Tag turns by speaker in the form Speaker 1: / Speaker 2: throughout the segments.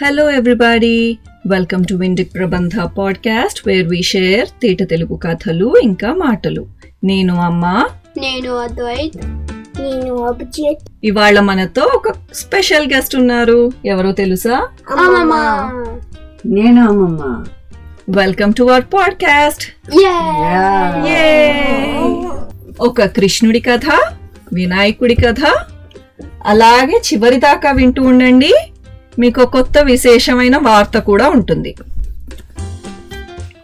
Speaker 1: Hello, everybody. Welcome to Vindic Prabandha podcast, where we share Theta Telugu Kathalu ఇంకా మాటలు నేను అమ్మ
Speaker 2: నేను అద్వైత్ నేను అభిజిత్
Speaker 1: ఇవాళ మనతో ఒక స్పెషల్ గెస్ట్ ఉన్నారు ఎవరో తెలుసా
Speaker 2: అమ్మమ్మ
Speaker 3: నేను అమ్మమ్మ
Speaker 1: వెల్కమ్ టు అవర్ పాడ్కాస్ట్
Speaker 2: యే
Speaker 1: ఒక కృష్ణుడి కథ వినాయకుడి కథ అలాగే చివరి దాకా వింటూ ఉండండి మీకు ఒక కొత్త విశేషమైన వార్త కూడా ఉంటుంది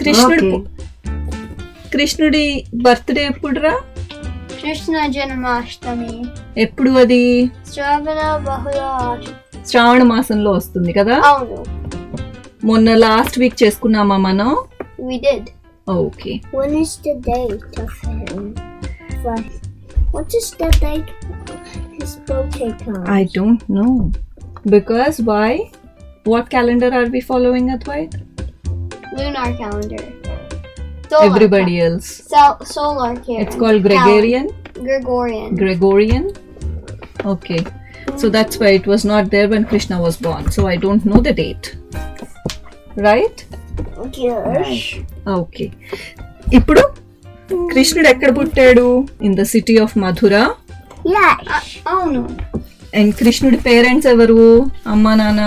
Speaker 1: కృష్ణుడు
Speaker 3: Okay.
Speaker 1: కృష్ణుడి బర్త్డే ఎప్పుడురా
Speaker 2: కృష్ణ జన్మాష్టమి
Speaker 1: ఎప్పుడు అది
Speaker 2: శ్రావణ బహుళ ఆష్-
Speaker 1: శ్రావణ మాసంలో వస్తుంది కదా
Speaker 2: అవును
Speaker 1: మొన్న లాస్ట్ వీక్ చేసుకున్నామా మనం
Speaker 2: we did
Speaker 1: okay
Speaker 4: When is the date of him? Like, what is the date his birthday comes?
Speaker 1: I don't know because why what calendar are we following Advait
Speaker 2: lunar calendar solar
Speaker 1: everybody else
Speaker 2: cal- so- solar calendar
Speaker 1: it's called Gregorian
Speaker 2: gregorian
Speaker 1: Gregorian. Okay. So that's why it was not there when Krishna was born. So I don't know the date. Right?
Speaker 4: Yes.
Speaker 1: Okay ఇప్పుడు కృష్ణుడు ఎక్కడ పుట్టాడు in the city of Mathura
Speaker 4: Yes.
Speaker 2: అవును
Speaker 1: and కృష్ణుడి parents ఎవరు అమ్మా నాన్న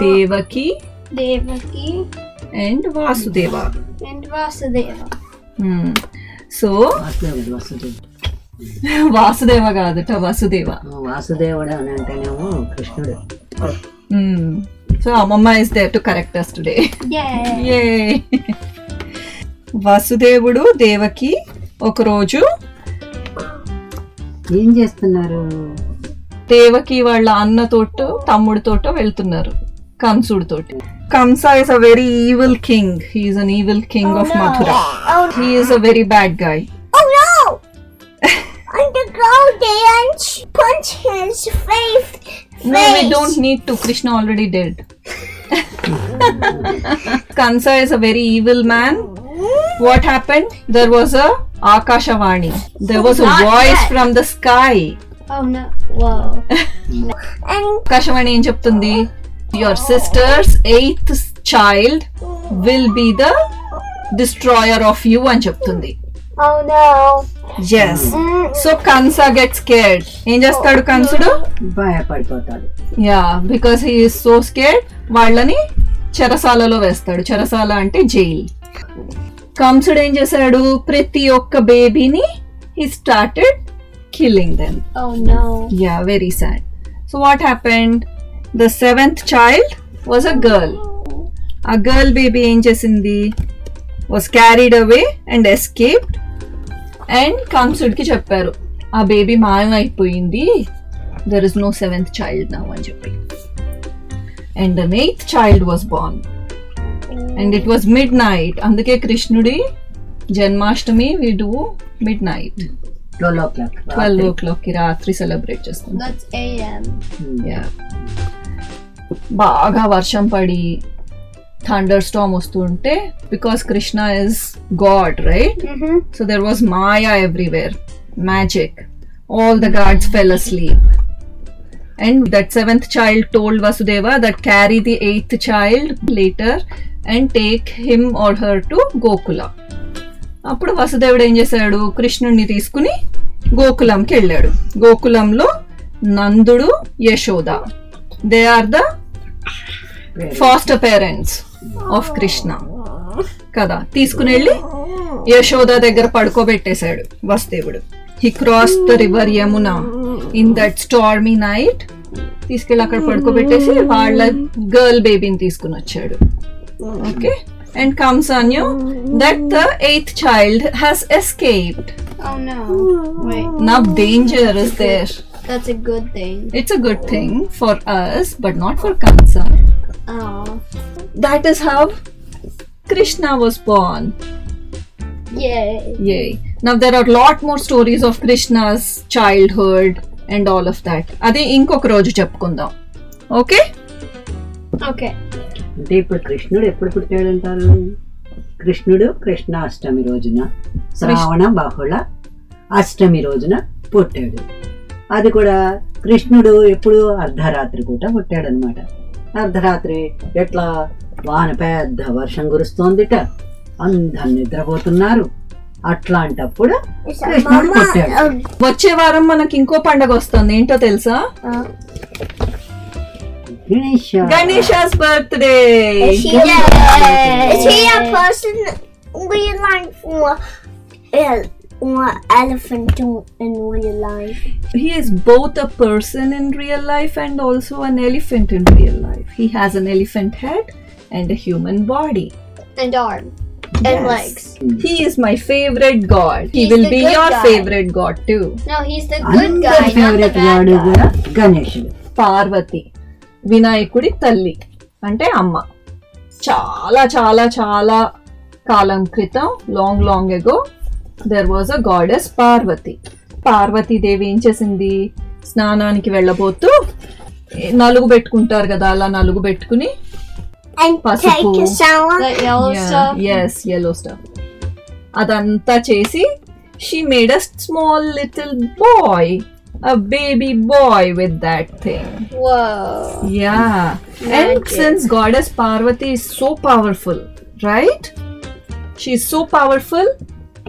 Speaker 1: Devaki
Speaker 2: devaki
Speaker 1: and Vasudeva Hmm.
Speaker 2: and vasudeva
Speaker 1: so
Speaker 3: వాసుదేవుడు వసుదేవుడు
Speaker 1: వాసుదేవ కాదుట వసుదేవ
Speaker 3: వాసుదేవుడు అని అంటేనేమో కృష్ణుడు
Speaker 1: సో Hmm. అమ్మమ్మ is there to correct us today
Speaker 2: yeah
Speaker 1: yeah. వాసుదేవుడు దేవకి ఒకరోజు
Speaker 3: ఏం చేస్తున్నారు
Speaker 1: దేవకి వాళ్ళ అన్నతోటో తమ్ముడితోటో వెళ్తున్నారు కంసుడితోటి Kamsa is a very evil king he's an evil king of Mathura he's a very bad guy
Speaker 4: Oh no! I'm the girl dance. Punch his face.
Speaker 1: No, we don't need to. Krishna already did. Kansa is a very evil man. What happened? There was a Akashavani. There was a voice from the sky.
Speaker 2: oh no whoa
Speaker 4: And
Speaker 1: Akashavani ఏం చెప్తుంది your sisters eighth child will be the destroyer of you అని చెప్తుంది
Speaker 4: oh no. Mm.
Speaker 1: Yes so Kansa get scared ఏం చేస్తాడు కంసుడు
Speaker 3: భయపడిపోతాడు
Speaker 1: yeah because he is so scared వాళ్ళని చెరసాలలో వేస్తాడు చెరసాల అంటే జైల్ కంసుడు ఏం చేశాడు ప్రతి ఒక్క బేబీని he started killing then
Speaker 2: oh no
Speaker 1: yeah very sad so what happened the seventh child was a girl ఆ గర్ల్ బేబీ ఏం చేసింది was carried away and escaped and కంసుడికి చెప్పారు ఆ బేబీ మాయమైపోయింది there is no seventh child now అని చెప్పి and an eighth child was born and it was midnight అందుకే కృష్ణుడి Janmashtami we do midnight
Speaker 3: twelve o'clock
Speaker 1: twelve ఓ క్లాక్కి రాత్రి సెలబ్రేట్ చేసుకుంటాం
Speaker 2: that's am
Speaker 1: Yeah. బాగా వర్షం పడి థండర్ స్టామ్ వస్తుంటే because Krishna is god right
Speaker 2: mhm
Speaker 4: Mm-hmm.
Speaker 1: So there was maya everywhere magic all the gods fell asleep and that seventh child told Vasudeva that carry the eighth child later and take him or her to Gokula అప్పుడు వసుదేవుడు ఏం చేశాడు కృష్ణుడిని తీసుకుని గోకులంకి వెళ్ళాడు గోకులంలో నందుడు Yashoda they are the foster parents of Krishna కదా తీసుకుని వెళ్ళి యశోద దగ్గర పడుకోబెట్టేశాడు వసుదేవుడు he cross the river Yamuna in that stormy night తీసుకెళ్ళి అక్కడ పడుకోబెట్టేసి వాళ్ళ గర్ల్ బేబీని తీసుకుని వచ్చాడు okay and comes on you that the eighth child has escaped
Speaker 2: oh no
Speaker 4: Mm.
Speaker 2: wait
Speaker 1: now danger is there
Speaker 2: that's a good thing
Speaker 1: it's a good thing for us but not for concern
Speaker 2: oh
Speaker 1: that is how krishna was born
Speaker 2: yay
Speaker 1: yay now there are a lot more stories of krishna's childhood and all of that అది ఇంకొక రోజు చెప్పుకుందాం okay
Speaker 2: okay
Speaker 3: అంటే ఇప్పుడు కృష్ణుడు ఎప్పుడు పుట్టాడు అంటారు కృష్ణుడు కృష్ణాష్టమి రోజున శ్రావణ బహుళ అష్టమి రోజున పుట్టాడు అది కూడా కృష్ణుడు ఎప్పుడు అర్ధరాత్రి పూట పుట్టాడనమాట అర్ధరాత్రి ఎట్లా వాన పెద్ద వర్షం కురుస్తోందిట అందరు నిద్రపోతున్నారు అట్లాంటప్పుడు
Speaker 4: It's
Speaker 3: Yes,
Speaker 4: mama.
Speaker 3: not important.
Speaker 4: um,
Speaker 1: వచ్చే వారం మనకి ఇంకో పండగ వస్తుంది ఏంటో తెలుసా
Speaker 4: uh,
Speaker 3: Ganesha
Speaker 1: Ganesha's birthday
Speaker 4: is she a, is he a person we like for uh, or elephant in in real life?
Speaker 1: he is both a person in real life and also an elephant in real life. He has an elephant head and a human body.
Speaker 2: And arm. And
Speaker 1: Yes.
Speaker 2: legs.
Speaker 1: He is my favorite god. He
Speaker 2: Hmm. He's
Speaker 1: will
Speaker 2: the
Speaker 1: be
Speaker 2: good
Speaker 1: your
Speaker 2: guy.
Speaker 1: favorite god too.
Speaker 2: No, he's the good guy,
Speaker 3: అందరి
Speaker 2: not the
Speaker 3: favourite
Speaker 2: bad
Speaker 3: వాడు
Speaker 2: guy.
Speaker 3: కూడా గణేషుడు
Speaker 1: పార్వతి వినాయకుడి తల్లి అంటే అమ్మ చాలా చాలా చాలా కాలం క్రితం long long ago there was a goddess Parvati Parvatidevi ఏం చేసింది స్నానానికి వెళ్ళబోతూ నలుగు పెట్టుకుంటారు కదా అలా నలుగు పెట్టుకుని
Speaker 4: And
Speaker 1: Possible.
Speaker 4: take a shower.
Speaker 2: That yellow stuff.
Speaker 1: Yes yellow stuff అదంతా చేసి she made a small little boy a baby boy with that thing
Speaker 2: Whoa.
Speaker 1: Yeah. And
Speaker 2: Magic.
Speaker 1: since goddess Parvati is so powerful, right? She's so powerful,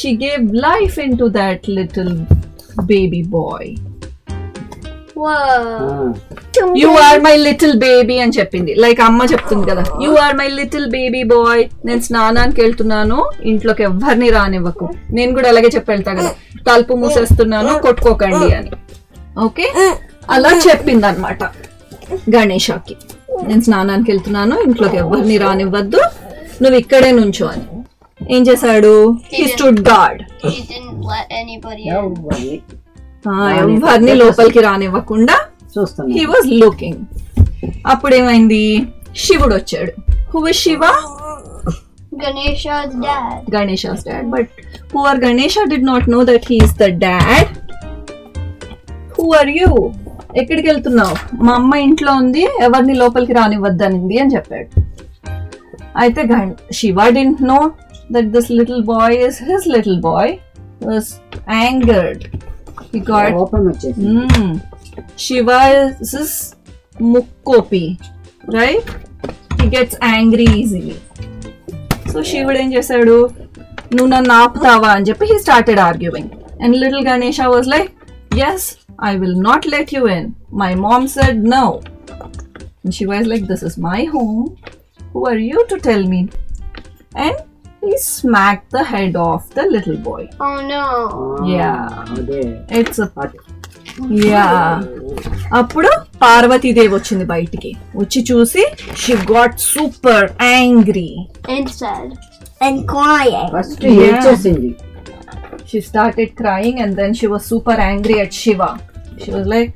Speaker 1: she gave life into that little baby boy.
Speaker 2: Whoa.
Speaker 1: You are my little baby అని చెప్పింది like అమ్మ చెప్తుంది కదా you are my little baby boy నేను స్నానానికి వెళ్తున్నాను ఇంట్లోకి ఎవరిని రానివ్వకు నేను కూడా అలాగే చెప్పి వెళ్తా కదా తలుపు మూసేస్తున్నాను కొట్టుకోకండి అని ఓకే అలా చెప్పింది అనమాట గణేషాకి నేను స్నానానికి వెళ్తున్నాను ఇంట్లోకి ఎవరిని రానివ్వద్దు నువ్వు ఇక్కడే నుంచో అని ఏం చేశాడు he stood guard
Speaker 2: He didn't let anybody in.
Speaker 3: ఎవరిని
Speaker 1: ఎవరిని లోపలికి రానివ్వకుండా హీ
Speaker 3: చూస్తున్నాం
Speaker 1: వాజ్ లుకింగ్ అప్పుడేమైంది శివుడు వచ్చాడు who is Shiva
Speaker 2: Ganesha's dad.
Speaker 1: Ganesha's dad but poor Ganesha did not know that he's the dad who are you ఎక్కడికి వెళ్తున్నావు మా అమ్మ ఇంట్లో ఉంది ఎవరిని లోపలికి రానివ్వద్దనింది అని చెప్పాడు అయితే గణ Shiva didn't know that this little boy is his little boy was angered he got
Speaker 3: కోపం వచ్చేసి
Speaker 1: Mm. Shiva is this mukkopi, right? He gets angry easily. So శివుడు ఏం చేశాడు నువ్వు నన్ను ఆపుతావా అని చెప్పి he started arguing and little Ganesha was like yes I will not let you in my mom said no Shiva is like this is my home who are you to tell me and he smack the head of the little boy
Speaker 2: Oh no.
Speaker 1: Yeah.
Speaker 3: Ah, అదే
Speaker 1: it's yeah అప్పుడు పార్వతీదేవి వచ్చింది బయటికి వచ్చి చూసి she got super angry
Speaker 2: And said.
Speaker 4: And crying.
Speaker 3: First
Speaker 1: Yeah.
Speaker 3: ఏడ్చేసింది
Speaker 1: she started crying and then she was super angry at Shiva she was like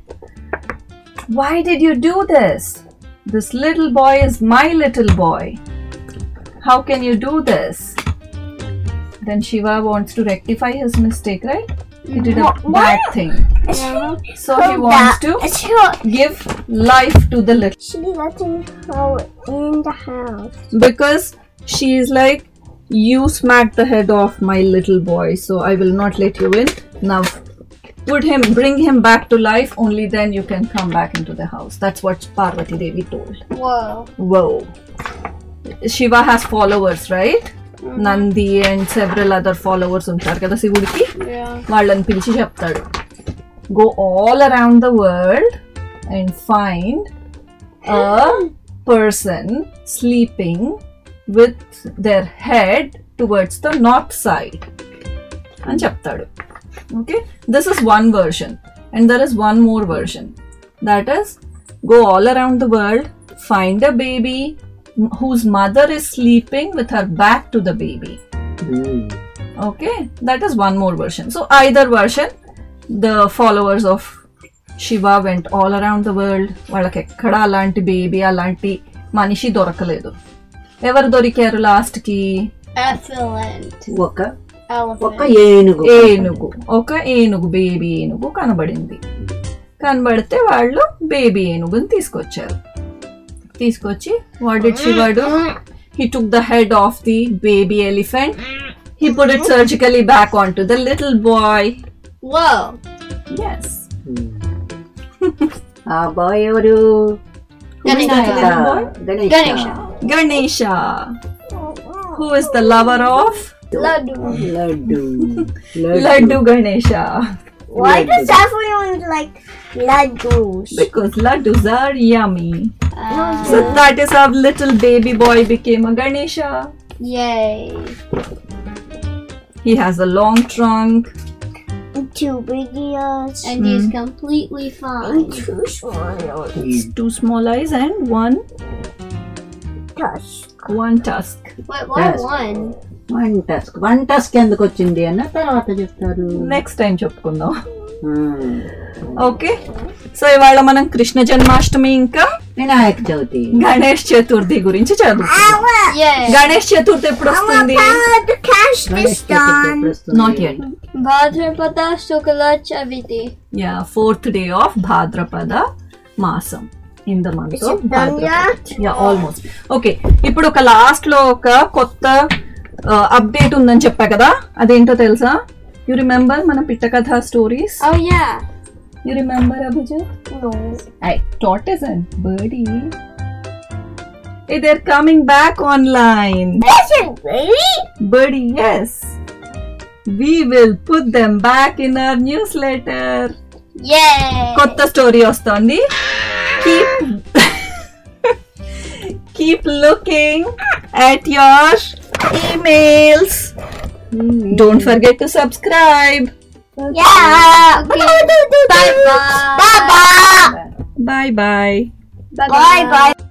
Speaker 1: why did you do this this little boy is my little boy how can you do this then Shiva wants to rectify his mistake right He did a
Speaker 4: Wha-
Speaker 1: bad thing.
Speaker 4: She,
Speaker 1: So he
Speaker 2: Oh,
Speaker 1: wants to
Speaker 4: She, her-
Speaker 1: give life to the little.
Speaker 4: she letting her in the house.
Speaker 1: because she is like you smacked the head off my little boy so i will not let you in now put him bring him back to life only then you can come back into the house that's what parvati devi told
Speaker 2: Whoa.
Speaker 1: whoa shiva has followers right nandi and several other followers ఉంటారు కదా శివుడికి
Speaker 2: Yeah.
Speaker 1: వాళ్ళని పిలిచి చెప్తాడు go all around the world and find a person sleeping with their head towards the north side and chaptadu. Okay, this is one version, and there is one more version, that is, go all around the world, find a baby whose mother is sleeping with her back to the baby. Okay, that is one more version. So either version, the followers of Shiva went all around the world, వాళ్ళకి ఎక్కడ అలాంటి baby అలాంటి మనిషి దొరకలేదు ఎవరు దొరికారు last కి
Speaker 2: Effluent.
Speaker 3: ఒక
Speaker 2: Elephant.
Speaker 3: ఒక ఏనుగు
Speaker 1: ఏనుగు ఒక ఏనుగు బేబీ ఏనుగు కనబడింది కనబడితే వాళ్ళు బేబీ ఏనుగుని తీసుకొచ్చారు తీసుకొచ్చి వాట్ డిడ్ శివాడు he took the head of the baby elephant he put it surgically back on to the little boy
Speaker 2: Whoa.
Speaker 1: Yes.
Speaker 3: Mm. ఆ బాయ్ ఎవరు
Speaker 2: Ganesha.
Speaker 1: Ganesha.
Speaker 3: Ganesh
Speaker 2: Ganesha.
Speaker 1: Ganesha, who is the lover of
Speaker 2: Ladu.
Speaker 3: Laddu
Speaker 1: Laddu Ganesha.
Speaker 4: Why
Speaker 3: Laddu.
Speaker 4: does everyone like laddus?
Speaker 1: Because laddus are yummy.
Speaker 2: Uh,
Speaker 1: So that is how little baby boy became a Ganesha.
Speaker 2: yay.
Speaker 1: He has a long trunk.
Speaker 4: Two big ears.
Speaker 2: And he's completely fine.
Speaker 4: two small ears.
Speaker 1: It's two small eyes and one
Speaker 4: Tusk.
Speaker 1: one tusk.
Speaker 2: Wait, why
Speaker 3: Yes.
Speaker 2: one?
Speaker 3: One tusk one tusk ఎందుకు వచ్చింది అన్న తర్వాత చెప్తారు
Speaker 1: Next time చెప్పుకుందాం
Speaker 3: Hmm.
Speaker 1: Okay so ఇవాళ మనం కృష్ణ జన్మాష్టమి ఇంకా
Speaker 3: వినాయక చవితి
Speaker 1: గణేష్ చతుర్థి గురించి చదువు
Speaker 2: Yay.
Speaker 1: గణేష్ చతుర్థి ఎప్పుడు వస్తుంది
Speaker 4: I want power to catch
Speaker 3: Ganesh
Speaker 4: this
Speaker 3: Chavithi
Speaker 4: time.
Speaker 3: ఎప్పుడు వస్తుంది?
Speaker 1: Not at
Speaker 2: Bhadrapada Shukla Chaviti.
Speaker 1: Yeah fourth day of Bhadrapada మాసం in the month of
Speaker 4: it done yet?
Speaker 1: Yeah almost okay ఇప్పుడు ఒక లాస్ట్ లో ఒక కొత్త అప్డేట్ ఉందని చెప్పా కదా అదేంటో తెలుసా యు రిమెంబర్ మన పిట్టకథ stories
Speaker 2: Oh, yeah.
Speaker 1: You remember అభిజ
Speaker 4: No.
Speaker 1: ఐ tortoise and birdie Hey, they're coming back online.
Speaker 4: Listen, baby.
Speaker 1: Birdie, yes. We will put them back in our newsletter.
Speaker 2: Yay.
Speaker 1: కొత్త స్టోరీ వస్తోంది keep keep looking at your emails don't forget to subscribe
Speaker 4: Yeah.
Speaker 2: Okay.
Speaker 4: Bye
Speaker 2: Bye-bye.
Speaker 4: bye.
Speaker 1: Bye bye
Speaker 2: Bye-bye.
Speaker 4: Bye bye.